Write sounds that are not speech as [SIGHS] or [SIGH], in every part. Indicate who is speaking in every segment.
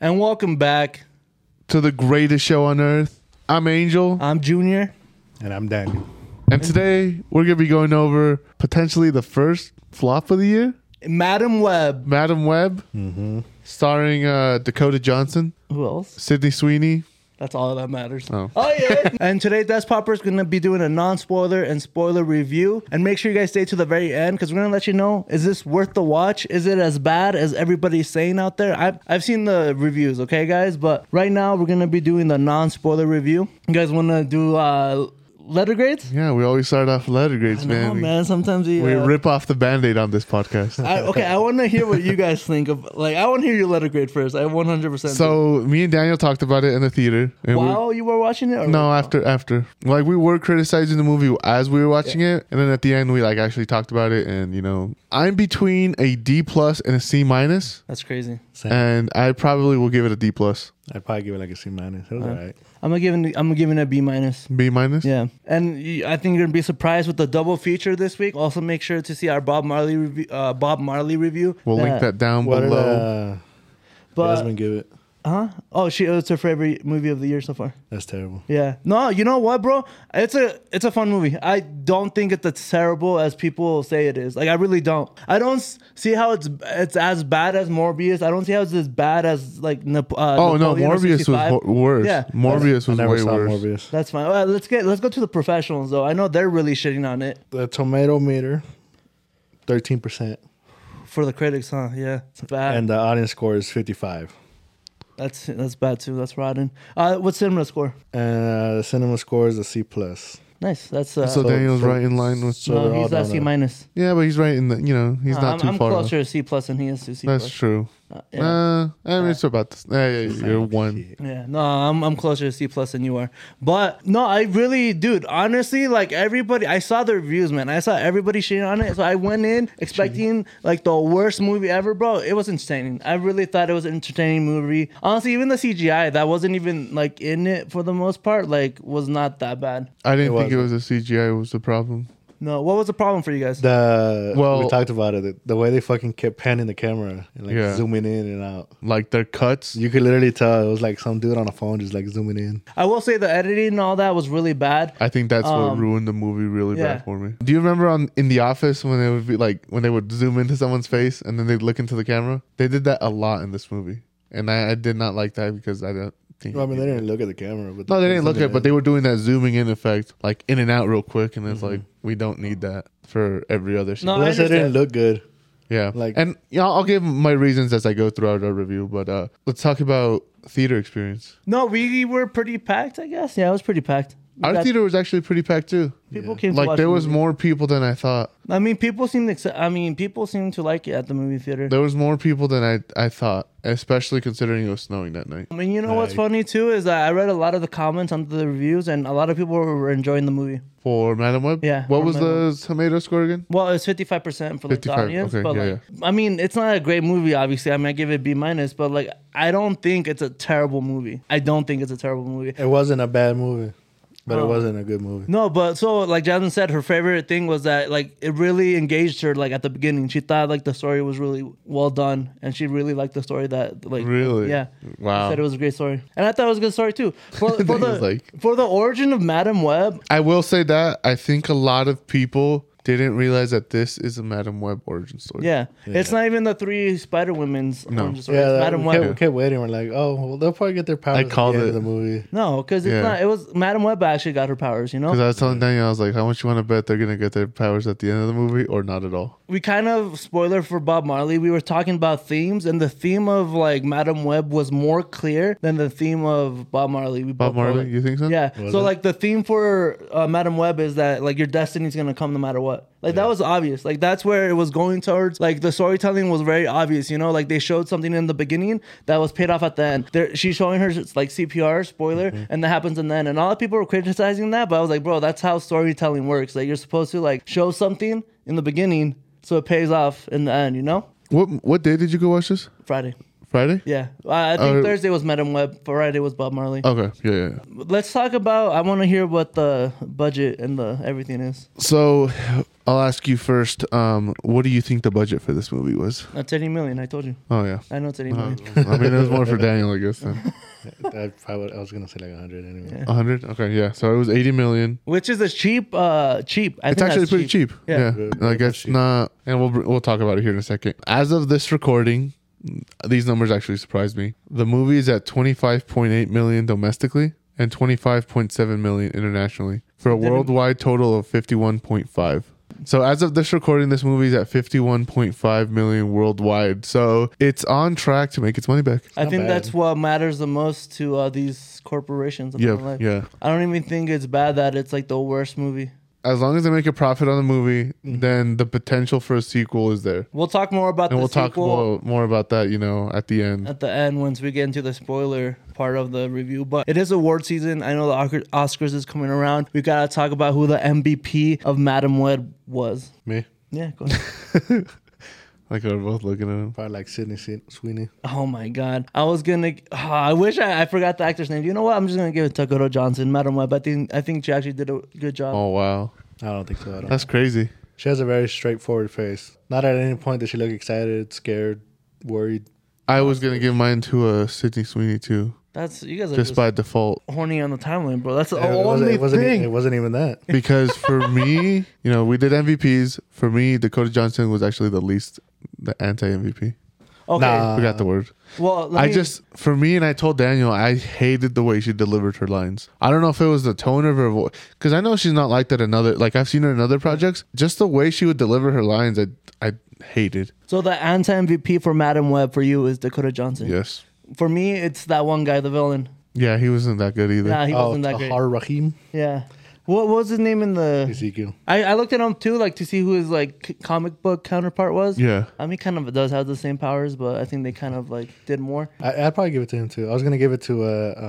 Speaker 1: And welcome back.
Speaker 2: to the greatest show on earth. I'm Angel,
Speaker 1: I'm Junior.
Speaker 3: And I'm Daniel.
Speaker 2: and today we're gonna be going over potentially the first flop of the year,
Speaker 1: Madam Web.
Speaker 2: Madam Web,
Speaker 1: Mm-hmm.
Speaker 2: starring uh, Dakota Johnson,
Speaker 1: Who else?
Speaker 2: Sydney Sweeney.
Speaker 1: That's all that matters.
Speaker 2: Oh.
Speaker 1: yeah. [LAUGHS] and today, Desk Popper is going to be doing a non spoiler and spoiler review. And make sure you guys stay to the very end because we're going to let you know is this worth the watch? Is it as bad as everybody's saying out there? I've, I've seen the reviews, okay, guys? But right now, we're going to be doing the non spoiler review. You guys want to do uh, letter grades?
Speaker 2: Yeah, we always start off letter grades, man.
Speaker 1: No,
Speaker 2: We-
Speaker 1: Oh, man. Sometimes uh,
Speaker 2: We, rip off the band-aid on this podcast.
Speaker 1: I, okay, I want to hear what you guys think of. Like, I want to hear your letter grade first. I 100% do.
Speaker 2: so me and Daniel talked about it in the theater. And we-
Speaker 1: while you were watching it? Or
Speaker 2: no, after after like we were criticizing the movie as we were watching it, and then at the end we like actually talked about it, and you know I'm between a D plus and a C minus.
Speaker 1: That's crazy.
Speaker 3: Same.
Speaker 2: and I probably will give it a D plus,
Speaker 3: I'd probably give it like a C minus. It was all right.
Speaker 1: I'm gonna give it, I'm gonna give it a B minus.
Speaker 2: B minus.
Speaker 1: Yeah, and you- I think you're gonna be surprised with the double feature this week. Also, make sure to see our Bob Marley review. Uh, Bob Marley review.
Speaker 2: We'll link that down
Speaker 3: What did
Speaker 2: below.
Speaker 3: uh,
Speaker 1: But
Speaker 3: Jasmine give it?
Speaker 1: huh? Oh, she owes her favorite movie of the year so far.
Speaker 3: That's terrible.
Speaker 1: Yeah. No, you know what, bro? It's a it's a fun movie. I don't think it's as terrible as people say it is. Like I really don't. I don't s- see how it's it's as bad as Morbius. I don't see how it's as bad as like Nap- uh,
Speaker 2: oh no,
Speaker 1: Napoleon or
Speaker 2: Morbius was
Speaker 1: 65.
Speaker 2: ho- worse.
Speaker 1: Yeah.
Speaker 2: Morbius
Speaker 3: I
Speaker 2: was
Speaker 3: never
Speaker 2: way
Speaker 3: saw
Speaker 2: worse.
Speaker 3: Morbius.
Speaker 1: That's fine. Well, let's get let's go to the professionals though. I know they're really shitting on it
Speaker 3: The tomato meter, thirteen percent,
Speaker 1: for the critics, huh? Yeah, it's bad.
Speaker 3: and the audience score is fifty-five.
Speaker 1: that's that's bad too. That's rotten. Uh, what's cinema score?
Speaker 3: And uh, the cinema score is a C plus.
Speaker 1: Nice. That's uh,
Speaker 2: So, Daniel's right in line with.
Speaker 3: so they're
Speaker 1: no,
Speaker 3: all
Speaker 1: he's a
Speaker 3: down
Speaker 1: C
Speaker 3: there.
Speaker 1: minus.
Speaker 2: yeah, but he's right in the. You know, he's
Speaker 1: Uh,
Speaker 2: not
Speaker 1: I'm,
Speaker 2: too
Speaker 1: I'm
Speaker 2: far. off.
Speaker 1: closer to C plus than he is to C
Speaker 2: That's
Speaker 1: plus.
Speaker 2: true.
Speaker 1: Uh,
Speaker 2: Uh,
Speaker 1: yeah.
Speaker 2: I mean, it's about this. Yeah, yeah, you're one.
Speaker 1: Yeah, no, I'm I'm closer to C plus than you are, but no, I really, dude, honestly, like everybody, I saw the reviews, man. I saw everybody shitting on it, so I went in expecting like the worst movie ever, bro. It was entertaining. I really thought it was an entertaining movie. Honestly, even the CGI that wasn't even like in it for the most part, like was not that bad.
Speaker 2: I didn't
Speaker 3: It
Speaker 2: think it was a CGI was the problem.
Speaker 1: No, what was the problem for you guys?
Speaker 3: The well,
Speaker 2: Well-
Speaker 3: we talked about it. The, the way they fucking kept panning the camera and like
Speaker 2: Yeah.
Speaker 3: zooming in and out.
Speaker 2: Like their cuts.
Speaker 3: You could literally tell it was like some dude on a phone just like zooming in.
Speaker 1: I will say the editing and all that was really bad.
Speaker 2: I think that's what
Speaker 1: Um,
Speaker 2: ruined the movie really
Speaker 1: yeah.
Speaker 2: bad for me. Do you remember on in the office when they would be like when they would zoom into someone's face and then they'd look into the camera? They did that a lot in this movie, and I, I did not like that because I don't think.
Speaker 3: Well, I mean, they didn't look at the camera, but
Speaker 2: no, they didn't look at, it, but
Speaker 3: they.
Speaker 2: they were doing that zooming in effect, like in and out real quick, and it's like we don't need that for every other scene.
Speaker 1: Mm-hmm. No, I
Speaker 3: Unless it didn't
Speaker 1: understand.
Speaker 3: look good.
Speaker 2: yeah, like
Speaker 3: like-
Speaker 2: and you know, I'll give my reasons as I go throughout our review, but uh let's talk about theater experience.
Speaker 1: No, we were pretty packed, I guess. Yeah, it was pretty packed. We
Speaker 2: Our
Speaker 1: got-
Speaker 2: theater was actually pretty packed too.
Speaker 1: people came to
Speaker 2: Like
Speaker 1: watch
Speaker 2: there
Speaker 1: the
Speaker 2: was
Speaker 1: movie.
Speaker 2: more people than I thought.
Speaker 1: I mean, people seem to. accept- I mean, people seem to like it at the movie theater.
Speaker 2: There was more people than I I thought, especially considering it was snowing that night.
Speaker 1: I mean, you know what's
Speaker 3: Like-
Speaker 1: funny too is that I read a lot of the comments under the reviews, and a lot of people were enjoying the movie.
Speaker 2: For Madam Web,
Speaker 1: Yeah,
Speaker 2: What
Speaker 1: for
Speaker 2: was
Speaker 1: Madam
Speaker 2: the tomato score again?
Speaker 1: Well, it's fifty five percent for like, the
Speaker 2: 55,
Speaker 1: audience,
Speaker 2: okay,
Speaker 1: but
Speaker 2: yeah,
Speaker 1: like, I mean, it's not a great movie. Obviously, I mean, I give it B minus, but like, I don't think it's a terrible movie. I don't think it's a terrible movie.
Speaker 3: It wasn't a bad movie, but
Speaker 1: Oh.
Speaker 3: it wasn't a good movie.
Speaker 1: No, but so like Jasmine said, her favorite thing was that like it really engaged her. Like at the beginning, she thought like the story was really well done, and she really liked the story that like
Speaker 2: Really?
Speaker 1: yeah
Speaker 2: Wow.
Speaker 1: said it was a great story, and I thought it was a good story too.
Speaker 2: [LAUGHS]
Speaker 1: For, for
Speaker 2: That
Speaker 1: the
Speaker 2: is, like-
Speaker 1: for the origin of Madam Web,
Speaker 2: I will say that I think a lot of people didn't realize that this is a Madam Web origin story.
Speaker 1: yeah, it's not even the three Spider Women's
Speaker 2: No.
Speaker 1: origin story.
Speaker 3: Yeah,
Speaker 1: it's
Speaker 3: that,
Speaker 1: Madam
Speaker 3: we,
Speaker 1: Web.
Speaker 3: kept, we kept waiting. We're like, oh, well, they'll probably get their powers. I
Speaker 2: called
Speaker 3: called at the
Speaker 2: it.
Speaker 3: End of the movie.
Speaker 1: No, because it's
Speaker 2: Yeah.
Speaker 1: not. It was Madam Web actually got her powers. You know,
Speaker 2: Because I was telling Daniel, I was like, how much you want to bet they're gonna get their powers at the end of the movie or not at all?
Speaker 1: we kind of spoiler for Bob Marley. We were talking about themes, and the theme of like Madam Web was more clear than the theme of Bob Marley. We
Speaker 2: Bob
Speaker 1: both know
Speaker 2: Marley,
Speaker 1: it.
Speaker 2: you think so?
Speaker 1: Yeah.
Speaker 3: Was
Speaker 1: so
Speaker 3: it?
Speaker 1: like the theme for uh, Madam Web is that like your destiny's gonna come no matter what. Like that was obvious. Like that's where it was going towards. Like the storytelling was very obvious. You know, like they showed something in the beginning that was paid off at the end. There, she's showing her like CPR spoiler,
Speaker 3: Mm-hmm.
Speaker 1: and that happens in the end. And a lot of people were criticizing that, but I was like, bro, that's how storytelling works. Like you're supposed to like show something in the beginning so it pays off in the end. You know,
Speaker 2: What what day did you go watch this?
Speaker 1: Friday.
Speaker 2: Friday?
Speaker 1: Yeah, I I think
Speaker 2: Uh,
Speaker 1: Thursday was Madam Web, Friday was Bob Marley.
Speaker 2: Okay, yeah, yeah. yeah.
Speaker 1: Let's talk about. I want to hear what the budget and the everything is.
Speaker 2: So I'll ask you first. Um, what do you think the budget for this movie was?
Speaker 1: That's eighty Uh, million. I told you.
Speaker 2: Oh yeah.
Speaker 1: I know it's eighty
Speaker 2: Uh,
Speaker 1: million.
Speaker 2: [LAUGHS] I mean, it was more for Daniel, I guess. Then [LAUGHS]
Speaker 3: I, probably, I was gonna say like hundred anyway.
Speaker 1: Yeah.
Speaker 2: 100. Okay, yeah. So it was 80 million.
Speaker 1: Which is a cheap, uh, cheap. I
Speaker 2: it's
Speaker 1: think
Speaker 2: actually
Speaker 1: that's
Speaker 2: pretty cheap.
Speaker 1: Yeah.
Speaker 2: Yeah,
Speaker 3: Yeah,
Speaker 2: like
Speaker 3: that's
Speaker 2: it's
Speaker 3: cheap.
Speaker 2: not. And we'll br- we'll talk about it here in a second. As of this recording, these numbers actually surprised me. The movie is at 25.8 million domestically and 25.7 million internationally for a
Speaker 1: Didn't-
Speaker 2: worldwide total of 51.5. So as of this recording, this movie is at 51.5 million worldwide. So it's on track to make its money back.
Speaker 1: I
Speaker 3: not
Speaker 1: think
Speaker 3: bad.
Speaker 1: that's what matters the most to uh, these corporations. and all
Speaker 2: Yeah,
Speaker 1: that.
Speaker 2: yeah.
Speaker 1: I don't even think it's bad that it's like the worst movie.
Speaker 2: As long as they make a profit on the movie, then the potential for a sequel is there.
Speaker 1: We'll talk more about
Speaker 2: And
Speaker 1: Mm-hmm. the
Speaker 2: we'll talk
Speaker 1: sequel
Speaker 2: more, more about that, you know, at the end.
Speaker 1: at the end once we get into the spoiler part of the review. But it is award season. I know the Oscar- Oscars is coming around. We gotta talk about who the MVP of Madam Web was.
Speaker 3: Me,
Speaker 1: Yeah. Go ahead.
Speaker 2: Like we're both looking at him.
Speaker 3: probably like Sydney Se- Sweeney.
Speaker 1: oh my God. I was gonna. [SIGHS] ah, I wish I, I forgot the actor's name. You know what? I'm just gonna give it to Dakota Johnson, Madam Web. I think I think she actually did a good job.
Speaker 2: Oh wow,
Speaker 3: I don't think so. I don't.
Speaker 2: that's crazy.
Speaker 3: She has a very straightforward face. Not at any point does she look excited, scared, worried.
Speaker 2: I was gonna give mine to a Sydney Sweeney too,
Speaker 1: That's you guys are
Speaker 2: just
Speaker 1: just,
Speaker 2: by default,
Speaker 1: horny on the timeline, bro. That's the
Speaker 3: it, wasn't,
Speaker 1: only
Speaker 3: it, wasn't, e-
Speaker 1: thing.
Speaker 3: it wasn't even that.
Speaker 1: [LAUGHS]
Speaker 2: because for me, you know, we did MVPs. For me, Dakota Johnson was actually the least, the anti MVP.
Speaker 1: okay.
Speaker 3: Nah.
Speaker 2: We got the
Speaker 1: Ah.
Speaker 2: word.
Speaker 1: Well, let
Speaker 2: I
Speaker 1: me-
Speaker 2: just, for me, and I told Daniel, I hated the way she delivered her lines. I don't know if it was the tone of her voice, because I know she's not like that. Another, like I've seen her in other projects, just the way she would deliver her lines, I, I hated.
Speaker 1: so the anti MVP for Madam Web for you is Dakota Johnson.
Speaker 2: Yes,
Speaker 1: For me, it's that one guy, the villain.
Speaker 2: yeah, he wasn't that good either.
Speaker 1: Nah, he
Speaker 3: oh,
Speaker 1: wasn't that great.
Speaker 3: Tahar Rahim,
Speaker 1: Yeah. What, what was his name in the?
Speaker 3: Ezekiel.
Speaker 1: I, I looked at him too, like to see who his like c- comic book counterpart was.
Speaker 2: Yeah.
Speaker 1: I mean, kind of does have the same powers, but I think they kind of like did more.
Speaker 3: I, I'd probably give it to him too. I was gonna give it to uh, uh,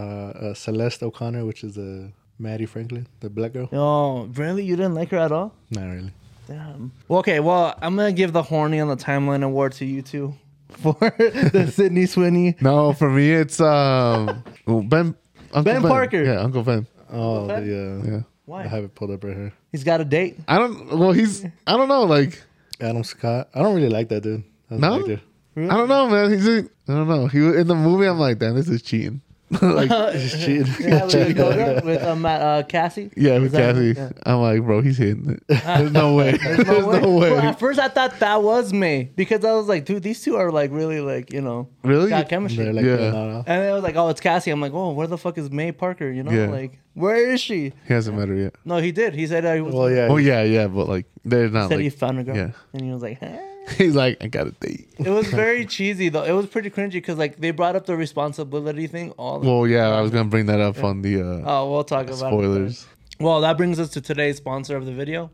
Speaker 3: uh, Celeste O'Connor, which is uh, Maddie Franklin, the black girl.
Speaker 1: Oh, really? You didn't like her at all?
Speaker 3: Not really.
Speaker 1: Damn. Well, okay. Well, I'm gonna give the horny on the timeline award to you two [LAUGHS] for the Sydney Sweeney.
Speaker 2: No, for me it's um well, Ben Uncle
Speaker 1: Ben Parker.
Speaker 2: Yeah, Uncle Ben.
Speaker 3: Oh,
Speaker 1: that?
Speaker 3: the, uh,
Speaker 2: Yeah.
Speaker 3: I
Speaker 1: Why?
Speaker 3: have it pulled up right here.
Speaker 1: He's got a date.
Speaker 2: I don't well he's I don't know, like
Speaker 3: Adam Scott. I don't really like that dude. I don't
Speaker 2: No?
Speaker 3: like dude.
Speaker 2: I don't know, man. He's a, I don't know. He was- in the movie I'm like, damn, this is cheating. [LAUGHS] like
Speaker 3: [LAUGHS] He's cheating.
Speaker 1: [LAUGHS] Yeah, with Dakota, with uh, Matt, uh, Cassie.
Speaker 2: yeah, with
Speaker 1: Is that-
Speaker 2: Kathy.
Speaker 1: yeah.
Speaker 2: I'm like, bro, he's hitting it.
Speaker 1: [LAUGHS]
Speaker 2: There's no way. [LAUGHS] There's no way.
Speaker 1: Well, at first, I thought that was May because I was like, dude, these two are like really like you know
Speaker 2: Really?
Speaker 1: got chemistry.
Speaker 3: They're like,
Speaker 2: Yeah.
Speaker 3: no, no.
Speaker 1: And then it was like, oh, it's Cassie. I'm like, oh, where the fuck is May Parker? You know,
Speaker 2: Yeah.
Speaker 1: like, where is she?
Speaker 2: He hasn't met her yet.
Speaker 1: No, he did. He said, uh, he was,
Speaker 3: Well, yeah.
Speaker 2: Oh yeah, yeah, but like they're not
Speaker 1: said he
Speaker 2: like
Speaker 1: found a girl.
Speaker 2: yeah.
Speaker 1: And he was like, huh?
Speaker 2: he's like, I got a date.
Speaker 1: it was very cheesy though. It was pretty cringy because like they brought up the responsibility thing all. The-
Speaker 2: Well yeah, I was gonna bring that up on the uh
Speaker 1: oh, we'll talk about It.
Speaker 2: spoilers.
Speaker 1: later. Well, that brings us to today's sponsor of the video.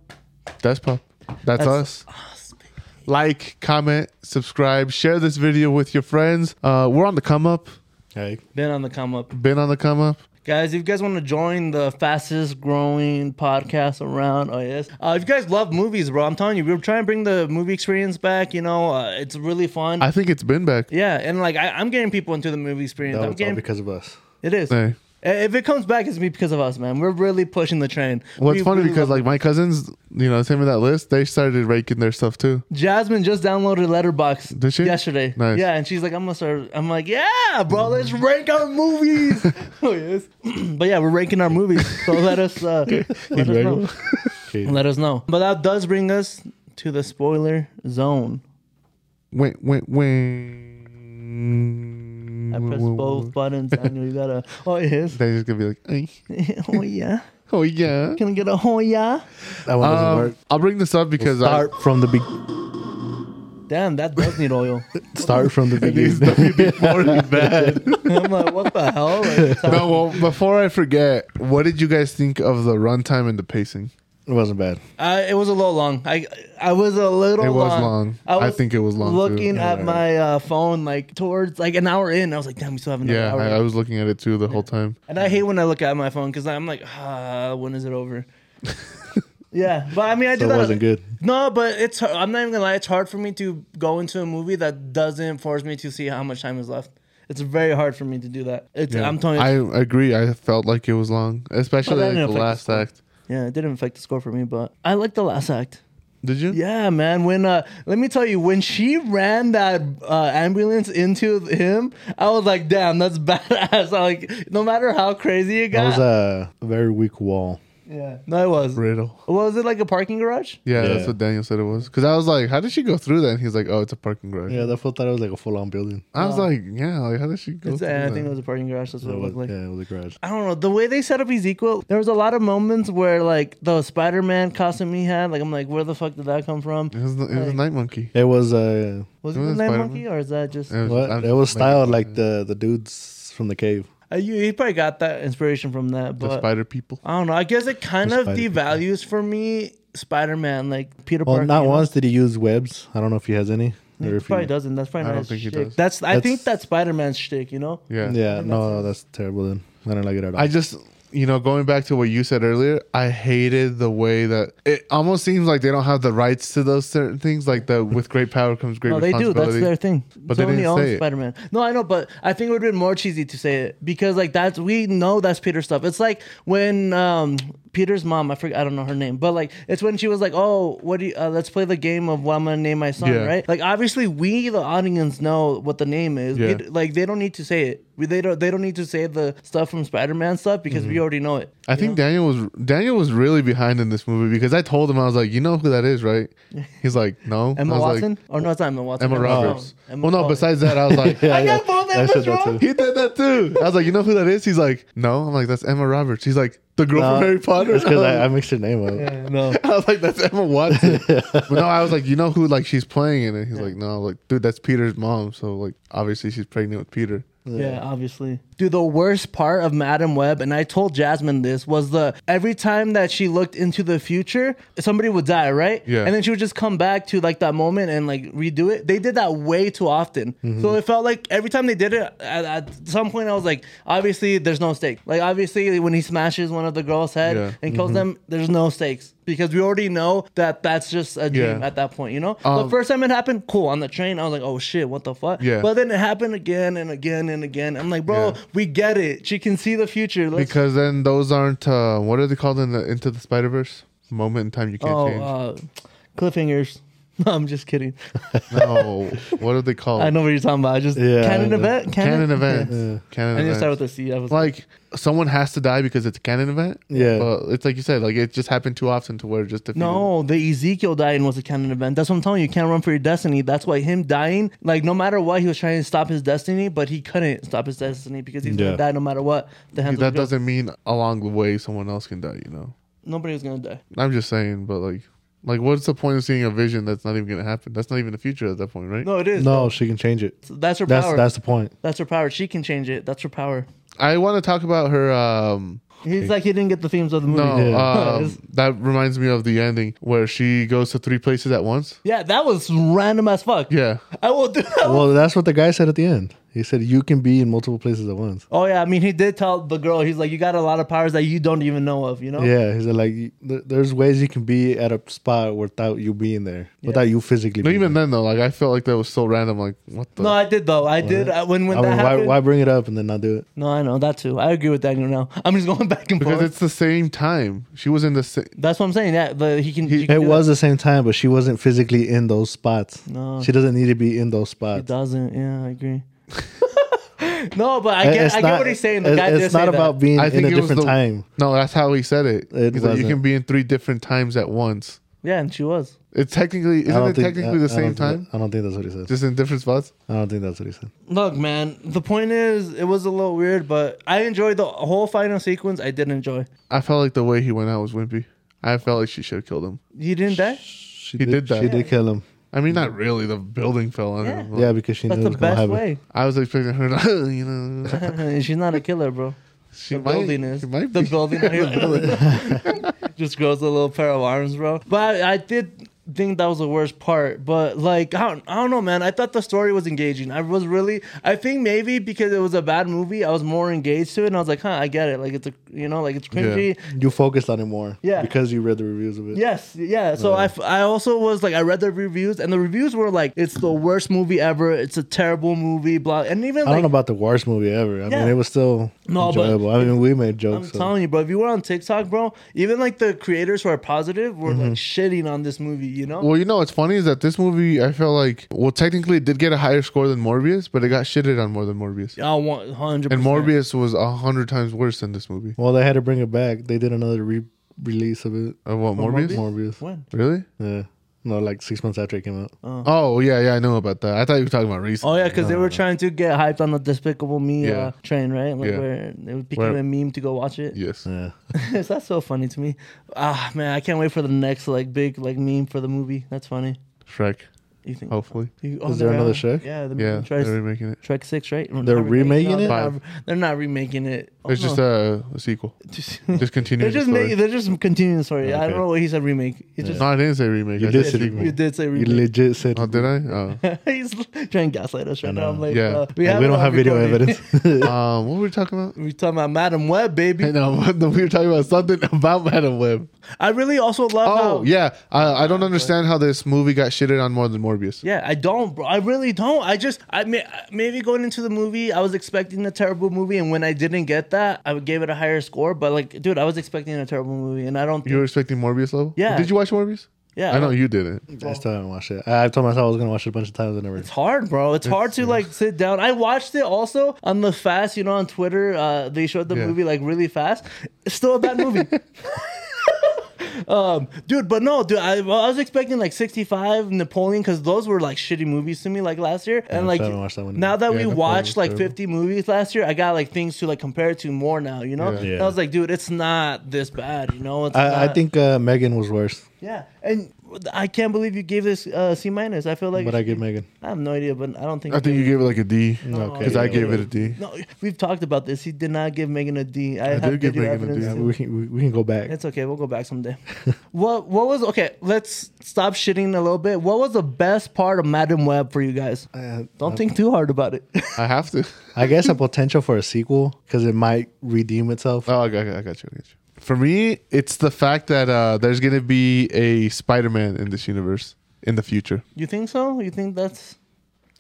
Speaker 2: That's pop. That's,
Speaker 1: That's-
Speaker 2: us. Like, comment, subscribe, share this video with your friends. Uh, we're on the come up.
Speaker 3: Hey,
Speaker 1: Been on the come up,
Speaker 2: Been on the come up.
Speaker 1: guys. If you guys want to join the fastest growing podcast around, oh yes. Uh, if you guys love movies, bro, I'm telling you, we're trying to bring the movie experience back. You know, uh, it's really fun.
Speaker 2: I think it's been back.
Speaker 1: Yeah, and like I, I'm getting people into the movie experience.
Speaker 3: that
Speaker 1: I'm
Speaker 3: was all
Speaker 1: getting,
Speaker 3: because of us.
Speaker 1: it is.
Speaker 2: Hey.
Speaker 1: If it comes back, it's be because of us, man. We're really pushing the train.
Speaker 2: Well, it's
Speaker 1: We
Speaker 2: funny
Speaker 1: really
Speaker 2: because
Speaker 1: love-
Speaker 2: like my cousins, you know, same with that list, they started raking their stuff too.
Speaker 1: Jasmine just downloaded Letterbox
Speaker 2: Did she?
Speaker 1: yesterday.
Speaker 2: Nice. Mm-hmm.
Speaker 1: Yeah, and she's like, I'm gonna start. I'm like, yeah, bro, let's rank our movies.
Speaker 2: [LAUGHS]
Speaker 1: [LAUGHS] oh yes, [CLEARS THROAT] but yeah, we're ranking our movies. So let us uh, let us know.
Speaker 3: Okay.
Speaker 1: Let us know. But that does bring us to the spoiler zone.
Speaker 2: Wait, wait,
Speaker 1: I
Speaker 2: wait.
Speaker 1: press both buttons, and you
Speaker 2: [LAUGHS]
Speaker 1: gotta. Oh yes. [LAUGHS]
Speaker 2: They're just gonna be like, "Ay,
Speaker 1: oh yeah.
Speaker 2: oh yeah.
Speaker 1: Can I get a oh yeah?
Speaker 3: That one doesn't
Speaker 2: Um,
Speaker 3: work.
Speaker 2: I'll bring this up because I,
Speaker 3: Start from the be-
Speaker 1: Damn, that does need oil. [LAUGHS]
Speaker 3: start
Speaker 2: [LAUGHS]
Speaker 3: from the
Speaker 2: these W
Speaker 3: beginning.
Speaker 2: [LAUGHS] before
Speaker 1: [LAUGHS]
Speaker 2: he bad.
Speaker 1: I'm like, what the hell? Like,
Speaker 2: No, well, before I forget, what did you guys think of the runtime and the pacing?
Speaker 3: it wasn't bad.
Speaker 1: I, Uh, it was a little long. I I was a little.
Speaker 2: It was
Speaker 1: long.
Speaker 2: long. I think it was long, too.
Speaker 1: Looking
Speaker 2: Yeah.
Speaker 1: at my uh, phone, like towards like an hour in, I was like, damn, we still have another
Speaker 2: Yeah,
Speaker 1: hour.
Speaker 2: I, I
Speaker 1: in.
Speaker 2: was looking at it too the whole time. [LAUGHS]
Speaker 1: and I hate when I look at my phone because I'm like, ah, when is it over? Yeah, but I mean, I do
Speaker 3: So it
Speaker 1: that.
Speaker 3: wasn't good.
Speaker 1: No, but it's. har- I'm not even gonna lie. It's hard for me to go into a movie that doesn't force me to see how much time is left. It's very hard for me to do that. It's. I'm telling you.
Speaker 2: I agree. I felt like it was long, especially
Speaker 1: that
Speaker 2: like the
Speaker 1: didn't affect
Speaker 2: last
Speaker 1: the
Speaker 2: act.
Speaker 1: yeah, it didn't affect the score for me, but I like the last act.
Speaker 2: Did you?
Speaker 1: Yeah, man. When uh, let me tell you, when she ran that uh, ambulance into him, I was like, damn, that's [LAUGHS] badass. I like, no matter how crazy it
Speaker 3: That
Speaker 1: got.
Speaker 3: was a very weak wall.
Speaker 1: yeah, no, it was.
Speaker 2: Riddle.
Speaker 1: Was it like a parking garage?
Speaker 2: Yeah,
Speaker 3: Yeah.
Speaker 2: that's what Daniel said it was. Because I was like, how did she go through that? And he's like, oh, it's a parking garage.
Speaker 3: Yeah, that fool thought it was like a full on building.
Speaker 2: I was like, yeah, like how did she go
Speaker 1: It's,
Speaker 2: through
Speaker 1: I
Speaker 2: that?
Speaker 1: think it was a parking garage. That's what
Speaker 3: It
Speaker 1: it
Speaker 3: was-
Speaker 1: looked like.
Speaker 3: yeah, it was a garage.
Speaker 1: I don't know the way they set up Ezekiel. There was a lot of moments where like the Spider-Man costume he had, like I'm like, where the fuck did that come from?
Speaker 2: it was, it was
Speaker 1: like-
Speaker 2: Night Monkey.
Speaker 3: It was uh,
Speaker 1: Was it
Speaker 2: It
Speaker 1: the
Speaker 2: was
Speaker 1: Night
Speaker 2: Spider-Man.
Speaker 1: Monkey or is that just?
Speaker 2: It was,
Speaker 3: what?
Speaker 2: I'm
Speaker 3: it was
Speaker 2: just
Speaker 3: styled
Speaker 2: making-
Speaker 3: like the the dudes from the cave.
Speaker 1: Uh, you, he probably got that inspiration from that,
Speaker 2: the
Speaker 1: but
Speaker 2: spider people.
Speaker 1: I don't know. I guess it kind
Speaker 3: The
Speaker 1: of
Speaker 3: Spider People.
Speaker 1: devalues for me Spider-Man, like Peter
Speaker 3: Well,
Speaker 1: Parker.
Speaker 3: not
Speaker 1: you know?
Speaker 3: once did he use webs. I don't know if he has any.
Speaker 1: He
Speaker 3: or if
Speaker 1: probably
Speaker 3: he-
Speaker 1: doesn't. That's probably not
Speaker 2: I don't
Speaker 1: his
Speaker 2: think he
Speaker 1: shtick.
Speaker 2: does.
Speaker 1: That's I
Speaker 3: That's-
Speaker 1: think that's Spider-Man's shtick. You know.
Speaker 2: Yeah.
Speaker 3: Yeah,
Speaker 1: And
Speaker 3: no, that's terrible. Then I don't like it at all.
Speaker 2: I just, you know, going back to what you said earlier, I hated the way that it almost seems like they don't have the rights to those certain things. Like the with great power comes great
Speaker 1: No, they do.
Speaker 2: responsibility.
Speaker 1: That's their thing.
Speaker 2: But they
Speaker 1: Sony
Speaker 2: didn't
Speaker 1: owns
Speaker 2: say it.
Speaker 1: Spider-Man. No, I know, but I think it would have been more cheesy to say it because like that's we know that's Peter stuff. It's like when um Peter's mom, I forget, I don't know her name, but like it's when she was like, "Oh, what do you? Uh, let's play the game of what I'm gonna name my son."
Speaker 2: Yeah.
Speaker 1: Right? Like obviously we, the audience, know what the name is. We
Speaker 2: Yeah.
Speaker 1: d- like they don't need to say it. We, they don't. They don't need to say the stuff from Spider-Man stuff because we already know it.
Speaker 2: Mm-hmm. I think Daniel was Daniel was really behind in this movie because I told him I was like, you know who that
Speaker 1: [LAUGHS]
Speaker 2: is, right? He's like, no.
Speaker 1: Emma
Speaker 2: I was
Speaker 1: Watson?
Speaker 2: Like,
Speaker 1: or no, it's not Emma Watson.
Speaker 2: Emma Roberts.
Speaker 1: Stone. Emma
Speaker 2: well, no.
Speaker 1: Stone.
Speaker 2: Besides that, I was like,
Speaker 1: [LAUGHS]
Speaker 3: yeah,
Speaker 1: I got both
Speaker 3: I said
Speaker 1: Emma's
Speaker 3: that
Speaker 1: wrong.
Speaker 3: too.
Speaker 2: he did that too. I was like, you know who that is? He's like, no. I'm like, that's Emma Roberts. He's like, the girl
Speaker 3: No,
Speaker 2: from Harry Potter. [LAUGHS]
Speaker 3: It's because I, I mixed her name up.
Speaker 1: Um, No.
Speaker 2: I was like, that's Emma Watson. but no, I was like, you know who like she's playing in it? He's like, no, I was like, dude, that's Peter's mom. So like obviously she's pregnant with Peter.
Speaker 1: Yeah, obviously. Dude, the worst part of Madam Web, and I told Jasmine this, was the every time that she looked into the future, somebody would die, right?
Speaker 2: Yeah.
Speaker 1: And then she would just come back to like that moment and like redo it. They did that way too often.
Speaker 2: Mm-hmm.
Speaker 1: So it felt like every time they did it, at, at some point I was like, obviously there's no stake. Like obviously when he smashes one of the girls' head
Speaker 2: Yeah. Mm-hmm.
Speaker 1: and kills them, there's no stakes because we already know that that's just a dream
Speaker 2: Yeah.
Speaker 1: at that point. You know, the
Speaker 2: Um,
Speaker 1: first time it happened, cool. On the train, I was like, oh shit, what the fuck?
Speaker 2: Yeah.
Speaker 1: But then it happened again and again and again. I'm like, bro,
Speaker 2: Yeah.
Speaker 1: we get it. She can see the future. Let's,
Speaker 2: Because then those aren't uh, what are they called in the into the Spider Verse? Moment in time you can't
Speaker 1: oh,
Speaker 2: change.
Speaker 1: uh, cliffhangers. [LAUGHS] No, I'm just kidding.
Speaker 2: no, what are they called?
Speaker 1: I know what you're talking about. I just
Speaker 3: Yeah,
Speaker 1: canon
Speaker 3: I know.
Speaker 1: event. Canon,
Speaker 2: Canon events.
Speaker 1: I
Speaker 2: Canon
Speaker 1: didn't
Speaker 2: events.
Speaker 1: start with a C. I was
Speaker 2: like someone has to die because it's a canon event.
Speaker 3: Yeah.
Speaker 2: but it's like you said, like it just happened too often to where it just defeated
Speaker 1: no, the Ezekiel dying was a canon event. That's what I'm telling you. You can't run for your destiny. That's why him dying, like no matter what, he was trying to stop his destiny, but he couldn't stop his destiny because he's
Speaker 3: Yeah.
Speaker 1: gonna die no matter what. The hands
Speaker 2: it.
Speaker 1: of the
Speaker 2: That
Speaker 1: girl-
Speaker 2: doesn't mean along the way someone else can die. You know,
Speaker 1: nobody was gonna die.
Speaker 2: I'm just saying, but like. Like, what's the point of seeing a vision that's not even going to happen? That's not even the future at that point, right?
Speaker 1: No, it is.
Speaker 3: [LAUGHS] No, she can change it.
Speaker 1: That's her
Speaker 3: That's
Speaker 1: power.
Speaker 3: that's the point.
Speaker 1: That's her power. She can change it. That's her power.
Speaker 2: I want to talk about her. Um,
Speaker 1: He's like he didn't get the themes of the movie.
Speaker 2: no,
Speaker 1: Yeah. [LAUGHS]
Speaker 2: um, that reminds me of the ending where she goes to three places at once.
Speaker 1: yeah, that was random as fuck.
Speaker 2: Yeah,
Speaker 1: I will do that.
Speaker 3: Well, that's what the guy said at the end. He said you can be in multiple places at once.
Speaker 1: oh yeah, I mean he did tell the girl he's like you got a lot of powers that you don't even know of, you know?
Speaker 3: Yeah, he said like you- there- there's ways you can be at a spot without you being there, without you physically.
Speaker 2: No,
Speaker 3: being
Speaker 2: even
Speaker 3: there.
Speaker 2: then though, like I felt like that was so random. Like, what the?
Speaker 1: No, I did though. I did I, when when
Speaker 3: I
Speaker 1: that
Speaker 3: mean, why,
Speaker 1: happened.
Speaker 3: why bring it up and then not do it?
Speaker 1: No, I know that too. I agree with Daniel now. [LAUGHS] I'm just going back and
Speaker 2: because
Speaker 1: forth.
Speaker 2: it's the same time. She was in the same.
Speaker 1: That's what I'm saying. Yeah, the, he can. she can
Speaker 3: It
Speaker 1: do
Speaker 3: was the same time, but she wasn't physically in those spots.
Speaker 1: No.
Speaker 3: she doesn't need to be in those
Speaker 1: that. It
Speaker 3: spots.
Speaker 1: doesn't. Yeah, I agree. [LAUGHS] no, but I
Speaker 3: It-
Speaker 1: get.
Speaker 3: it's
Speaker 1: I get
Speaker 3: not-
Speaker 1: what he's saying. The
Speaker 3: it-
Speaker 1: guy
Speaker 3: it's
Speaker 1: did
Speaker 3: not
Speaker 1: say that.
Speaker 3: about being
Speaker 2: I
Speaker 3: in
Speaker 2: think
Speaker 3: a
Speaker 2: it was
Speaker 3: different
Speaker 2: the-
Speaker 3: time.
Speaker 2: No, that's how he said it.
Speaker 3: It
Speaker 2: He's like, you
Speaker 3: wasn't.
Speaker 2: can be in three different times at once.
Speaker 1: Yeah, and she was.
Speaker 2: It's technically
Speaker 3: I
Speaker 2: isn't
Speaker 3: don't
Speaker 2: it
Speaker 3: think-
Speaker 2: technically
Speaker 3: I- I
Speaker 2: the
Speaker 3: don't
Speaker 2: same
Speaker 3: think that-
Speaker 2: time,
Speaker 3: I don't think that's what he said.
Speaker 2: just in different spots.
Speaker 3: I don't think that's what he said.
Speaker 1: Look, man. The point is, it was a little weird, but I enjoyed the whole final sequence. I did enjoy.
Speaker 2: I felt like the way he went out was wimpy. I felt like she should have killed him.
Speaker 1: He didn't die.
Speaker 3: She
Speaker 2: He did that.
Speaker 3: She did kill him.
Speaker 2: I mean, not really. The building fell on
Speaker 1: Yeah.
Speaker 2: him.
Speaker 3: Yeah, because she
Speaker 1: That's
Speaker 3: knew
Speaker 1: the
Speaker 3: it was gonna
Speaker 1: best
Speaker 3: happen.
Speaker 1: way. [LAUGHS]
Speaker 2: I was expecting her to, [LAUGHS] you know,
Speaker 1: She's not a killer, bro.
Speaker 2: she
Speaker 1: The
Speaker 2: might,
Speaker 1: building is.
Speaker 2: she might
Speaker 1: the
Speaker 2: be.
Speaker 1: [LAUGHS]
Speaker 2: [LAUGHS]
Speaker 1: building. out here. Just grows a little pair of arms, bro. But I, I did think that was the worst part. But like, I don't, I don't know, man. I thought the story was engaging. I was really, I think maybe because it was a bad movie, I was more engaged to it, and I was like, huh, I get it. Like it's a, you know, like it's cringy.
Speaker 3: You focused on it more.
Speaker 1: Yeah.
Speaker 3: Because you read the reviews of it.
Speaker 1: Yes, yeah. So I, f- I also was like, I read the reviews, and the reviews were like, it's the worst movie ever. It's a terrible movie. Blah, and even
Speaker 3: I don't
Speaker 1: like.
Speaker 3: know about the worst movie ever. I
Speaker 1: Yeah.
Speaker 3: mean, it was still
Speaker 1: No, but-
Speaker 3: enjoyable. I mean, we made
Speaker 1: I'm
Speaker 3: jokes. so-
Speaker 1: telling you, bro. If you were on TikTok, bro, even like the creators who are positive were like shitting on this movie, you know?
Speaker 2: Well, you know what's funny is that this movie, I felt like, well, technically it did get a higher score than Morbius, but it got shitted on more than Morbius.
Speaker 1: I want 100.
Speaker 2: And Morbius was a hundred times worse than this movie.
Speaker 3: well, they had to bring it back. They did another re- release of it.
Speaker 2: Uh, what, Morbius?
Speaker 1: Oh, Morbius?
Speaker 3: Morbius.
Speaker 1: When?
Speaker 2: Really?
Speaker 3: Yeah. No, like six months after it came out.
Speaker 2: Oh, yeah, yeah, I know about that. I thought you were talking about recent.
Speaker 1: Oh yeah, because they were trying to get hyped on the Despicable Me
Speaker 2: Yeah.
Speaker 1: uh, train, right? Like
Speaker 2: Yeah.
Speaker 1: where it became
Speaker 2: Where-
Speaker 1: a meme to go watch it.
Speaker 2: Yes.
Speaker 3: Yeah.
Speaker 1: [LAUGHS] That's so funny to me. Ah man, I can't wait for the next like big like meme for the movie. That's funny.
Speaker 2: Shrek,
Speaker 1: You think?
Speaker 2: hopefully.
Speaker 1: you- oh,
Speaker 3: Is there
Speaker 1: they're
Speaker 3: another
Speaker 1: out.
Speaker 3: Shrek?
Speaker 1: Yeah, the
Speaker 2: Yeah,
Speaker 1: Shrek,
Speaker 2: they're remaking it.
Speaker 1: Shrek Six, right? Or
Speaker 3: They're
Speaker 1: not remake-
Speaker 3: remaking it?
Speaker 1: They're not, they're not remaking it. Oh,
Speaker 2: It's just
Speaker 1: no.
Speaker 2: a, a sequel.
Speaker 1: Just- [LAUGHS]
Speaker 2: Just
Speaker 1: they're
Speaker 2: continuing the
Speaker 1: just
Speaker 2: story.
Speaker 1: making. They're just continuing the story. I
Speaker 2: Okay.
Speaker 1: don't know what he said. Remake. He just
Speaker 2: No, I didn't say remake.
Speaker 3: You
Speaker 2: I
Speaker 3: did
Speaker 2: said
Speaker 3: say
Speaker 2: sequel.
Speaker 3: remake.
Speaker 1: you did say
Speaker 3: You
Speaker 1: remake.
Speaker 3: legit said.
Speaker 2: Oh, did I?
Speaker 1: [LAUGHS] He's trying to gaslight us right now. I'm like,
Speaker 2: Yeah.
Speaker 1: uh,
Speaker 3: we,
Speaker 1: have
Speaker 3: we
Speaker 1: it
Speaker 3: don't
Speaker 1: on
Speaker 3: have video
Speaker 1: recording. [LAUGHS]
Speaker 3: evidence.
Speaker 2: Oh. um, what were we talking about?
Speaker 1: We're talking about Madam Web, baby.
Speaker 2: I know, [LAUGHS] but we were talking about something about Madam Web.
Speaker 1: I really also love
Speaker 2: Oh,
Speaker 1: how.
Speaker 2: yeah. I, I don't understand how this movie got shitted on more than Morbius.
Speaker 1: Yeah, I don't, bro. I really don't. I just, I may, maybe going into the movie, I was expecting a terrible movie, and when I didn't get that, I gave it a higher score. But like, dude, I was expecting a terrible movie, and I don't.
Speaker 2: You were
Speaker 1: Think,
Speaker 2: expecting Morbius level?
Speaker 1: Yeah.
Speaker 2: Did you watch Morbius?
Speaker 1: yeah,
Speaker 2: I know you didn't.
Speaker 3: I still haven't watched it. I I told myself I was gonna watch it a bunch of times. I never.
Speaker 1: It's hard, bro. It's hard to like sit down. I watched it also on the fast, you know, on Twitter. Uh, they showed the
Speaker 2: Yeah.
Speaker 1: movie like really fast. It's still a bad
Speaker 3: [LAUGHS]
Speaker 1: movie. Um, dude, but no, dude, I, I was expecting like 65 Napoleon because those were like shitty movies to me like last year. And
Speaker 3: I
Speaker 1: like,
Speaker 3: haven't watched that one
Speaker 1: now
Speaker 3: either.
Speaker 1: that
Speaker 2: Yeah,
Speaker 1: we
Speaker 2: Napoleon was
Speaker 1: watched like
Speaker 2: terrible.
Speaker 1: 50 movies last year, I got like things to like compare it to more now, you know?
Speaker 2: Yeah.
Speaker 1: And
Speaker 3: Yeah.
Speaker 1: I was like, dude, it's not this bad, you know? It's
Speaker 3: I, I
Speaker 1: not-
Speaker 3: think uh, Megan was worse,
Speaker 1: yeah. And I can't believe you gave this uh, C minus. I feel like,
Speaker 3: but I give Megan.
Speaker 1: I have no idea, but I don't think
Speaker 2: I think you gave it like a D.
Speaker 3: Okay.
Speaker 2: Because I
Speaker 1: yeah.
Speaker 2: gave it
Speaker 1: [LAUGHS]
Speaker 2: a D.
Speaker 1: No, we've talked about this. He did not give Megan a D. I,
Speaker 2: I
Speaker 1: have
Speaker 2: did give
Speaker 1: video
Speaker 2: Megan a D.
Speaker 1: evidence.
Speaker 3: Yeah, we, can- we, we can go back.
Speaker 1: It's okay. We'll go back someday. [LAUGHS] what What was okay? Let's stop shitting a little bit. What was the best part of Madam Web for you guys?
Speaker 3: Uh,
Speaker 1: Don't think too hard about it. [LAUGHS]
Speaker 2: I have to. [LAUGHS]
Speaker 3: I guess a potential for a sequel because it might redeem itself.
Speaker 2: Oh, I got, I got you. I got you. For me, it's the fact that uh, there's going to be a Spider Man in this universe in the future.
Speaker 1: you think so? You think that's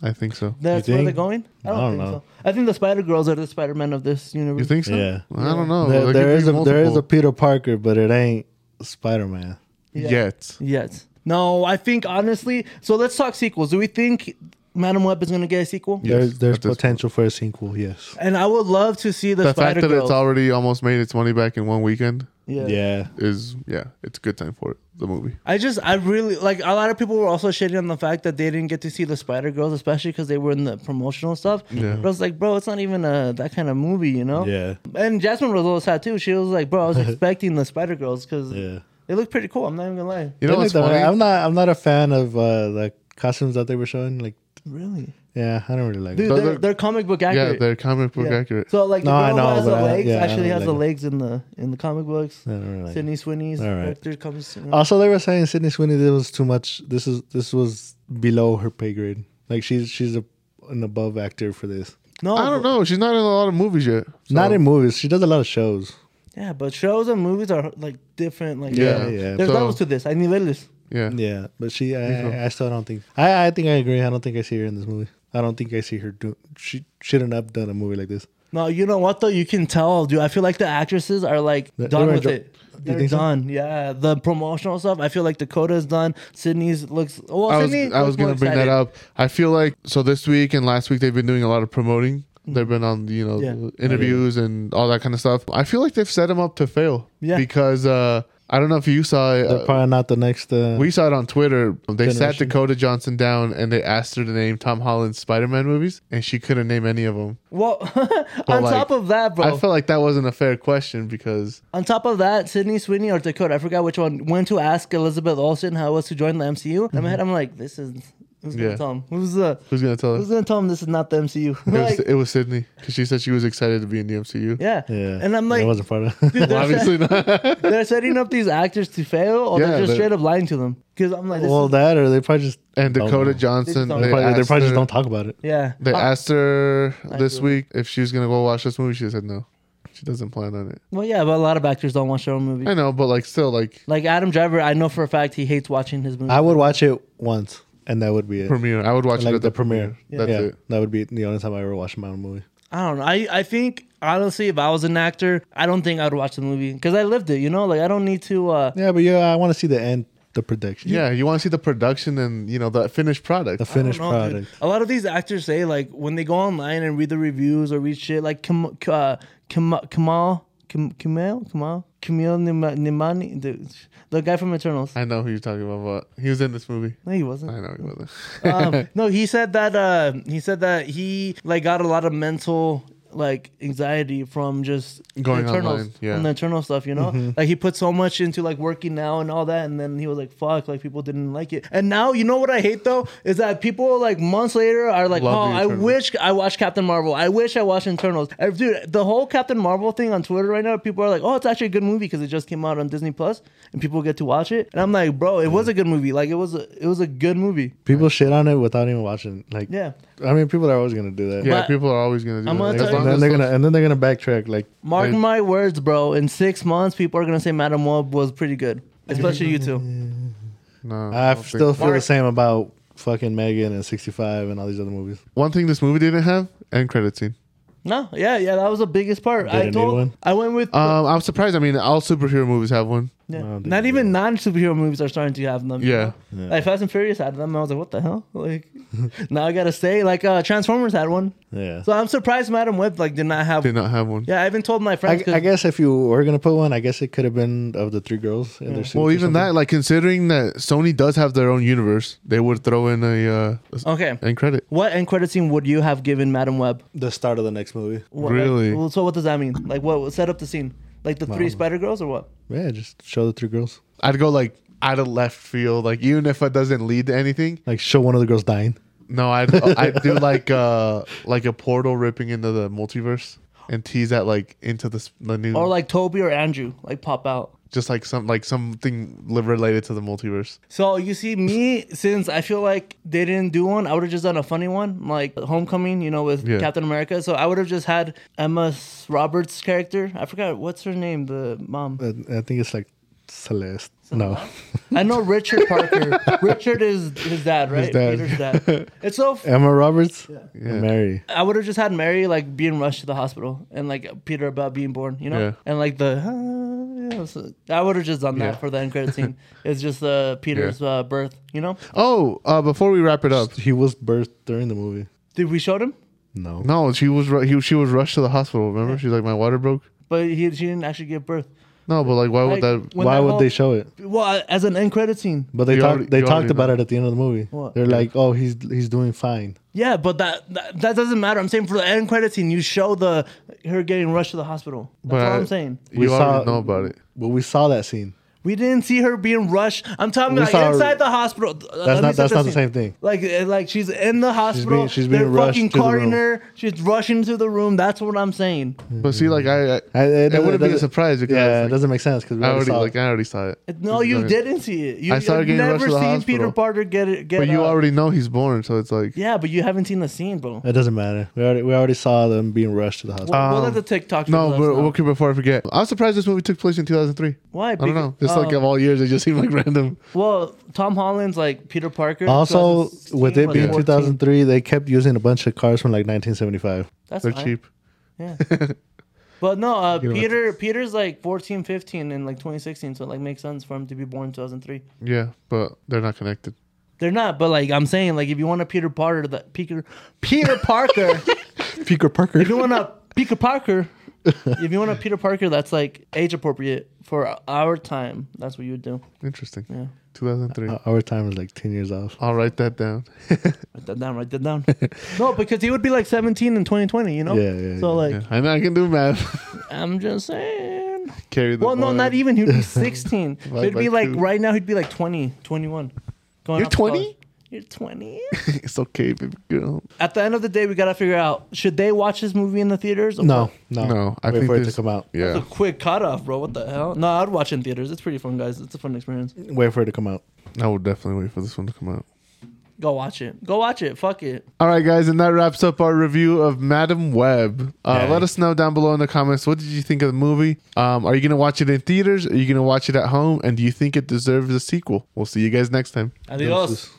Speaker 2: I think so.
Speaker 1: that's
Speaker 3: You
Speaker 1: where
Speaker 3: think?
Speaker 1: they're going?
Speaker 3: I don't know.
Speaker 1: so. I think the Spider Girls are the Spider Men of this universe.
Speaker 2: You think so?
Speaker 3: Yeah.
Speaker 2: I don't know.
Speaker 3: There-
Speaker 2: Oh, There
Speaker 3: there
Speaker 2: could
Speaker 3: is
Speaker 2: be
Speaker 3: a there is a
Speaker 2: multiple.
Speaker 3: Peter Parker, but it ain't Spider Man.
Speaker 1: Yeah.
Speaker 2: yet.
Speaker 1: Yes. No, I think honestly. So let's talk sequels. Do we think Madam Web is going to get a sequel?
Speaker 2: Yeah. Yes,
Speaker 3: there's there's
Speaker 2: at this
Speaker 3: potential for a sequel. Yes.
Speaker 1: And I would love to see the,
Speaker 2: The fact
Speaker 1: Spider
Speaker 2: that
Speaker 1: Girls.
Speaker 2: it's already almost made its money back in one weekend
Speaker 1: yeah.
Speaker 3: Yeah.
Speaker 2: is yeah, it's a good time for it. The movie.
Speaker 1: I just, I really like. A lot of people were also shitting on the fact that they didn't get to see the Spider Girls, especially because they were in the promotional stuff.
Speaker 2: Yeah.
Speaker 1: But I was like, bro, it's not even a that kind of movie, you know?
Speaker 3: Yeah.
Speaker 1: And Jasmine was a little sad too. She was like, bro, I
Speaker 2: [LAUGHS]
Speaker 1: was expecting the Spider Girls because
Speaker 3: Yeah.
Speaker 1: they look pretty cool. I'm not even gonna lie.
Speaker 2: You know
Speaker 3: They
Speaker 2: what's
Speaker 3: looked all right.
Speaker 2: funny?
Speaker 3: I'm not I'm not a fan of uh, the costumes that they were showing. Like,
Speaker 1: Really,
Speaker 3: yeah, I don't really like.
Speaker 1: dude,
Speaker 2: But
Speaker 1: they're,
Speaker 2: they're-
Speaker 1: they're, comic book
Speaker 2: yeah,
Speaker 1: accurate.
Speaker 2: they're comic book
Speaker 1: Yeah.
Speaker 2: accurate.
Speaker 1: So like,
Speaker 3: No,
Speaker 1: the
Speaker 3: I
Speaker 1: girl who
Speaker 3: know,
Speaker 1: has the
Speaker 3: but, uh,
Speaker 1: legs
Speaker 3: yeah, I
Speaker 1: actually
Speaker 3: don't
Speaker 1: has
Speaker 3: like
Speaker 1: the
Speaker 3: it.
Speaker 1: legs in the in the comic books.
Speaker 3: It. I don't really like. it.
Speaker 1: Sydney Sweeney's
Speaker 3: All right. Uh,
Speaker 1: character comes. you know.
Speaker 3: Also, they were saying Sydney Sweeney. This was too much. This is this was below her pay grade. Like she's she's a an above actor for this.
Speaker 1: no,
Speaker 2: I don't
Speaker 1: but-
Speaker 2: know. She's not in a lot of movies yet. So-
Speaker 3: Not in movies. She does a lot of shows.
Speaker 1: Yeah, but shows and movies are like different. Like,
Speaker 2: Yeah,
Speaker 1: uh,
Speaker 3: yeah.
Speaker 1: There's
Speaker 2: So-
Speaker 1: levels to this. I need levels.
Speaker 2: Yeah. [LAUGHS]
Speaker 3: Yeah, but she,
Speaker 2: Me too.
Speaker 3: I, I still don't think. I, I think I agree. I don't think I see her in this movie. I don't think I see her do. She shouldn't have done a movie like this.
Speaker 1: No, you know what though? You can tell, dude. I feel like the actresses are like
Speaker 3: They-
Speaker 1: done
Speaker 3: they're
Speaker 1: with
Speaker 3: enjo-
Speaker 1: it.
Speaker 3: You
Speaker 1: They're
Speaker 3: think so?
Speaker 1: done. Yeah, the promotional stuff. I feel like Dakota's done. Sydney's looks. Well,
Speaker 2: I was
Speaker 1: Sydney
Speaker 2: I was
Speaker 1: looks more
Speaker 2: gonna bring that
Speaker 1: excited.
Speaker 2: up. I feel like so this week and last week they've been doing a lot of promoting. They've been on you know
Speaker 1: Yeah.
Speaker 2: the interviews and all that kind of stuff. I feel like they've set him up to fail.
Speaker 1: Yeah.
Speaker 2: Because uh, I don't know if you saw it.
Speaker 3: They're
Speaker 2: uh,
Speaker 3: probably not the next. Uh,
Speaker 2: we saw it on Twitter. They sat
Speaker 3: Generation.
Speaker 2: Dakota Johnson down and they asked her to name Tom Holland's Spider-Man movies, and she couldn't name any of them.
Speaker 1: Well, [LAUGHS] on
Speaker 2: like,
Speaker 1: top of that, bro.
Speaker 2: I felt like that wasn't a fair question because
Speaker 1: on top of that, Sydney Sweeney or Dakota, I forgot which one, went to ask Elizabeth Olsen how it was to join the MCU. In my head, I'm like, this is Who's gonna
Speaker 2: Mm-hmm. Yeah.
Speaker 1: tell him? Who's the
Speaker 2: Who's gonna tell
Speaker 1: Who's
Speaker 2: us?
Speaker 1: gonna tell him this is not the [LAUGHS] MCU?
Speaker 2: It was,
Speaker 1: Like,
Speaker 2: it was Sydney because she said she was excited to be in the MCU.
Speaker 1: yeah.
Speaker 3: Yeah,
Speaker 1: And I'm like,
Speaker 3: I wasn't part of.
Speaker 1: dude, they're, set-
Speaker 2: [LAUGHS] Obviously not.
Speaker 1: they're setting up these actors to fail, or
Speaker 2: Yeah,
Speaker 1: they're just
Speaker 2: they're-
Speaker 1: straight up lying to them. Because I'm like, this
Speaker 3: [LAUGHS] well,
Speaker 1: is-
Speaker 3: that or they probably just
Speaker 2: and
Speaker 3: Don't know.
Speaker 2: Dakota
Speaker 3: They
Speaker 2: Johnson.
Speaker 1: don't
Speaker 2: They,
Speaker 3: they probably, they
Speaker 2: asked
Speaker 3: probably just
Speaker 2: her-
Speaker 3: don't talk about it.
Speaker 1: yeah.
Speaker 2: They
Speaker 1: Uh,
Speaker 2: asked her this
Speaker 1: do.
Speaker 2: week if she was gonna go watch this movie. She said no. She doesn't plan on it.
Speaker 1: well, yeah, but a lot of actors don't watch their own
Speaker 2: I
Speaker 1: movies.
Speaker 2: know, but like still, like
Speaker 1: Like Adam Driver, I know for a fact he hates watching his movies.
Speaker 3: I would watch it once, and that would be it.
Speaker 2: premiere. I would watch
Speaker 3: like
Speaker 2: it
Speaker 3: the,
Speaker 2: at the,
Speaker 3: premiere.
Speaker 2: That's
Speaker 3: yeah,
Speaker 2: it.
Speaker 3: that would be the only time I ever watched my own movie.
Speaker 1: I don't know. I, I think honestly, if I was an actor, I don't think I'd watch the movie because I lived it. You know, like I don't need to. uh
Speaker 3: Yeah, but yeah, I want to see the end, the production.
Speaker 2: Yeah, you want to see the production and you know the finished product.
Speaker 3: the finished
Speaker 1: I don't know, dude.
Speaker 3: product.
Speaker 1: A lot of these actors say like when they go online and read the reviews or read shit like Kim, uh, Kim, Kamal, Kim, Kamal, Kamal, Kamal Nima- Nimani, the, the guy from Eternals.
Speaker 2: I know who you're talking about. But he was in this movie.
Speaker 1: No, he
Speaker 2: I
Speaker 1: wasn't.
Speaker 2: know he wasn't. [LAUGHS]
Speaker 1: Um, no, he said that. Uh, he said that he like got a lot of mental like anxiety from just
Speaker 2: Going
Speaker 1: internals,
Speaker 2: online, yeah. Mm-hmm.
Speaker 1: from the internal stuff. You know, like he put so much into like working now and all that, and then he was like, "Fuck!" Like people didn't like it. And now, you know what I hate though is that people like months later are like,
Speaker 2: Love
Speaker 1: "Oh,
Speaker 2: the
Speaker 1: I
Speaker 2: Eternals."
Speaker 1: wish I watched Captain Marvel. I wish I watched Internals." Uh, Dude, the whole Captain Marvel thing on Twitter right now, people are like, "Oh, it's actually a good movie because it just came out on Disney Plus, and people get to watch it." And I'm like, "Bro, it was a good movie. Like it was a, it was a good movie."
Speaker 3: People shit on it without even watching. Like,
Speaker 1: Yeah.
Speaker 3: I mean, people are always gonna do that.
Speaker 2: yeah,
Speaker 1: But-
Speaker 2: people are always gonna do
Speaker 1: I'm
Speaker 2: that.
Speaker 1: gonna
Speaker 2: As
Speaker 1: tell
Speaker 3: and
Speaker 1: you-
Speaker 2: long
Speaker 3: then
Speaker 2: as
Speaker 3: they're
Speaker 2: the-
Speaker 3: gonna and then they're gonna backtrack. Like,
Speaker 1: Mark
Speaker 2: Like-
Speaker 1: my words, bro. In six months, people are gonna say Madam Web was pretty good,
Speaker 3: [LAUGHS]
Speaker 1: especially you two.
Speaker 2: no, I
Speaker 3: I
Speaker 2: don't
Speaker 3: still
Speaker 2: think-
Speaker 3: feel the
Speaker 1: Mark-
Speaker 3: same about fucking Megan and 65 and all these other movies.
Speaker 2: one thing this movie didn't have end credit scene.
Speaker 1: No, yeah, yeah, that was the biggest part.
Speaker 3: Didn't
Speaker 1: I
Speaker 3: need
Speaker 1: told,
Speaker 3: one? Uh,
Speaker 1: I went with
Speaker 2: Um, I'm surprised. I mean, all superhero movies have one.
Speaker 1: yeah.
Speaker 3: No, they
Speaker 1: not
Speaker 3: didn't.
Speaker 1: even non superhero movies are starting to have them. you
Speaker 2: Yeah.
Speaker 1: know? like Fast and Furious had them. I was like, what the hell? [LAUGHS]
Speaker 3: [LAUGHS]
Speaker 1: Like, now I gotta say, like uh, Transformers had one.
Speaker 3: Yeah.
Speaker 1: So I'm surprised Madam Web like did not have.
Speaker 2: Did not have one.
Speaker 1: Yeah, I even told my
Speaker 3: I,
Speaker 1: friends.
Speaker 3: I
Speaker 1: 'cause-
Speaker 3: guess if you were gonna put one, I guess it could have been of the three girls in their suits.
Speaker 2: Well,
Speaker 3: or
Speaker 2: even
Speaker 3: something.
Speaker 2: that, like considering that Sony does have their own universe, they would throw in a uh, a-
Speaker 1: okay.
Speaker 2: end credit.
Speaker 1: What end credit scene would you have given Madam Web?
Speaker 3: the start of the next movie.
Speaker 1: What,
Speaker 2: Really?
Speaker 1: well, so what does that mean? Like, what set up the scene? Like the three Spider Girls or what?
Speaker 3: Yeah, just show the three girls.
Speaker 2: I'd go like out of left field, like even if it doesn't lead to anything.
Speaker 3: Like show one of the girls dying.
Speaker 2: No, I'd I'd do like uh like a portal ripping into the multiverse and tease that like into the, s- the new
Speaker 1: Or like Toby or Andrew, like pop out.
Speaker 2: just like some like something li- related to the multiverse.
Speaker 1: So you see, me since I feel like they didn't do one, I would have just done a funny one, like Homecoming, you know, with
Speaker 2: Yeah.
Speaker 1: Captain America. So I would have just had Emma S- Roberts' character. I forgot what's her name, the
Speaker 2: [LAUGHS]
Speaker 1: mom.
Speaker 3: I, I think it's like Celeste. No,
Speaker 1: I know Richard Parker. Richard is his dad, right?
Speaker 2: dad.
Speaker 1: Peter's
Speaker 2: [LAUGHS]
Speaker 1: dad. It's so. F-
Speaker 3: Emma Roberts,
Speaker 2: Yeah.
Speaker 3: Mary.
Speaker 1: I would have just had Mary like being rushed to the hospital and like Peter about being born, you know,
Speaker 2: Yeah.
Speaker 1: and like the. "Ah," yeah, so- I would have just done that
Speaker 2: Yeah.
Speaker 1: for the end credit
Speaker 2: [LAUGHS]
Speaker 1: scene. It's just uh, Peter's uh, birth, you know.
Speaker 2: Oh, uh, before we wrap it up,
Speaker 3: He was birthed during the movie.
Speaker 1: Did we showed him?
Speaker 3: No,
Speaker 2: no, she was ru- he, she was rushed to the hospital. Remember, she's like my water broke.
Speaker 1: But he, she didn't actually give birth.
Speaker 2: No, but like why
Speaker 1: Like,
Speaker 2: would that?
Speaker 1: when
Speaker 3: why
Speaker 1: that
Speaker 3: would
Speaker 1: whole-
Speaker 3: they show it?
Speaker 1: Well, as an end credit scene.
Speaker 3: But they
Speaker 2: You
Speaker 3: talked.
Speaker 2: already-
Speaker 3: They
Speaker 2: you already
Speaker 3: talked about
Speaker 2: know.
Speaker 3: it at the end of the movie.
Speaker 1: What?
Speaker 3: They're like, "Oh, he's he's doing fine."
Speaker 1: Yeah, but that, that that doesn't matter. I'm saying for the end credit scene, you show the her getting rushed to the hospital. That's
Speaker 2: But
Speaker 1: all
Speaker 2: I-
Speaker 1: I'm saying.
Speaker 2: You
Speaker 3: We
Speaker 2: already
Speaker 3: saw- Mm-hmm.
Speaker 2: know about it.
Speaker 3: But we saw that scene.
Speaker 1: We didn't see her being rushed. I'm talking
Speaker 3: We
Speaker 1: like
Speaker 3: saw her-
Speaker 1: inside the hospital. uh, That's
Speaker 3: That's not. That's not the same thing.
Speaker 1: Like uh, like she's in the hospital.
Speaker 3: she's
Speaker 1: They're
Speaker 3: being rushed
Speaker 1: fucking
Speaker 3: to the
Speaker 1: carting
Speaker 3: room.
Speaker 1: her. She's rushing to the room. That's what I'm saying.
Speaker 2: But see, like I, I
Speaker 3: I-
Speaker 2: it,
Speaker 3: doesn't-
Speaker 2: wouldn't be a
Speaker 3: doesn't-
Speaker 2: surprise because
Speaker 3: Yeah, it
Speaker 2: like,
Speaker 3: doesn't make sense because we
Speaker 2: I
Speaker 3: already
Speaker 2: already
Speaker 3: saw.
Speaker 2: like I already saw it.
Speaker 1: No, you
Speaker 2: Like,
Speaker 1: didn't see it. You,
Speaker 2: I saw her
Speaker 1: you've
Speaker 2: getting rushed
Speaker 1: never
Speaker 2: to the
Speaker 1: seen Peter
Speaker 2: hospital.
Speaker 1: Parker get it. Get
Speaker 2: But you
Speaker 1: uh,
Speaker 2: already know he's born, so it's like
Speaker 1: Yeah, but you haven't seen the scene, bro.
Speaker 3: it doesn't matter. We already we already saw them being rushed to the hospital.
Speaker 1: we'll
Speaker 2: um,
Speaker 1: let the TikTok.
Speaker 2: No,
Speaker 1: people let us
Speaker 2: but
Speaker 1: know.
Speaker 2: okay. Before I forget, I'm surprised this movie took place in 2003.
Speaker 1: Why?
Speaker 2: I don't
Speaker 1: Because-
Speaker 2: know. Just
Speaker 1: uh,
Speaker 2: like of all years, it just seemed like random.
Speaker 1: Well, Tom Holland's like Peter Parker.
Speaker 3: also,
Speaker 1: 2016
Speaker 3: with it
Speaker 1: was
Speaker 3: being
Speaker 1: 14.
Speaker 3: 2003, they kept using a bunch of cars from like 1975.
Speaker 1: that's
Speaker 2: They're
Speaker 1: fine.
Speaker 2: cheap.
Speaker 1: Yeah. But no, uh,
Speaker 2: Give it a-
Speaker 1: Peter Peter's like 14, 15 in like 2016, so it like makes sense for him to be born in 2003.
Speaker 2: Yeah, but they're not connected.
Speaker 1: They're not, but like I'm saying, like if you want a Peter Parker, that Peter Peter Parker, [LAUGHS]
Speaker 3: Peter Parker.
Speaker 1: if you want a Peter Parker, if you want a Peter Parker that's like age appropriate for our time, that's what you would do.
Speaker 2: Interesting.
Speaker 1: Yeah.
Speaker 2: 2003.
Speaker 3: Our time is like 10 years off.
Speaker 2: I'll write
Speaker 1: [LAUGHS]
Speaker 2: that down.
Speaker 1: Write that down. Write that
Speaker 3: [LAUGHS]
Speaker 1: down. no, because he would be like 17 in 2020, you know.
Speaker 3: Yeah, yeah,
Speaker 1: So
Speaker 3: yeah,
Speaker 1: like,
Speaker 2: Yeah, I know I can do math. [LAUGHS]
Speaker 1: I'm just saying.
Speaker 2: Carry the.
Speaker 1: Well, no,
Speaker 2: one.
Speaker 1: not e- even. He'd be 16.
Speaker 2: Like
Speaker 1: he'd
Speaker 2: by
Speaker 1: be like,
Speaker 2: two.
Speaker 1: right now, he'd be like 20, 21. Going
Speaker 2: You're
Speaker 1: off to college.
Speaker 2: 20?
Speaker 1: You're 20.
Speaker 2: [LAUGHS] it's okay, baby girl.
Speaker 1: [LAUGHS] At the end of the day, we gotta figure out should they watch this movie in the theaters? or
Speaker 3: No,
Speaker 1: what?
Speaker 3: no,
Speaker 2: No, I
Speaker 3: Uh, Wait
Speaker 2: think
Speaker 3: for it to
Speaker 2: this-
Speaker 3: come out.
Speaker 1: It's a
Speaker 2: Yeah,
Speaker 1: quick cutoff, bro. What the hell? No, I'd watch it in theaters. It's pretty fun, guys. It's a fun experience.
Speaker 3: Wait for it to come out.
Speaker 2: I will definitely wait for this one to come out.
Speaker 1: Go watch it. Go watch it. Fuck it.
Speaker 2: All right, guys, and that wraps up our review of Madam Web. Uh,
Speaker 3: Yeah.
Speaker 2: Let us know down below in the comments what did you think of the movie. Um, are you gonna watch it in theaters? Are you gonna watch it at home? And do you think it deserves a sequel? We'll see you guys next time.
Speaker 1: Adios.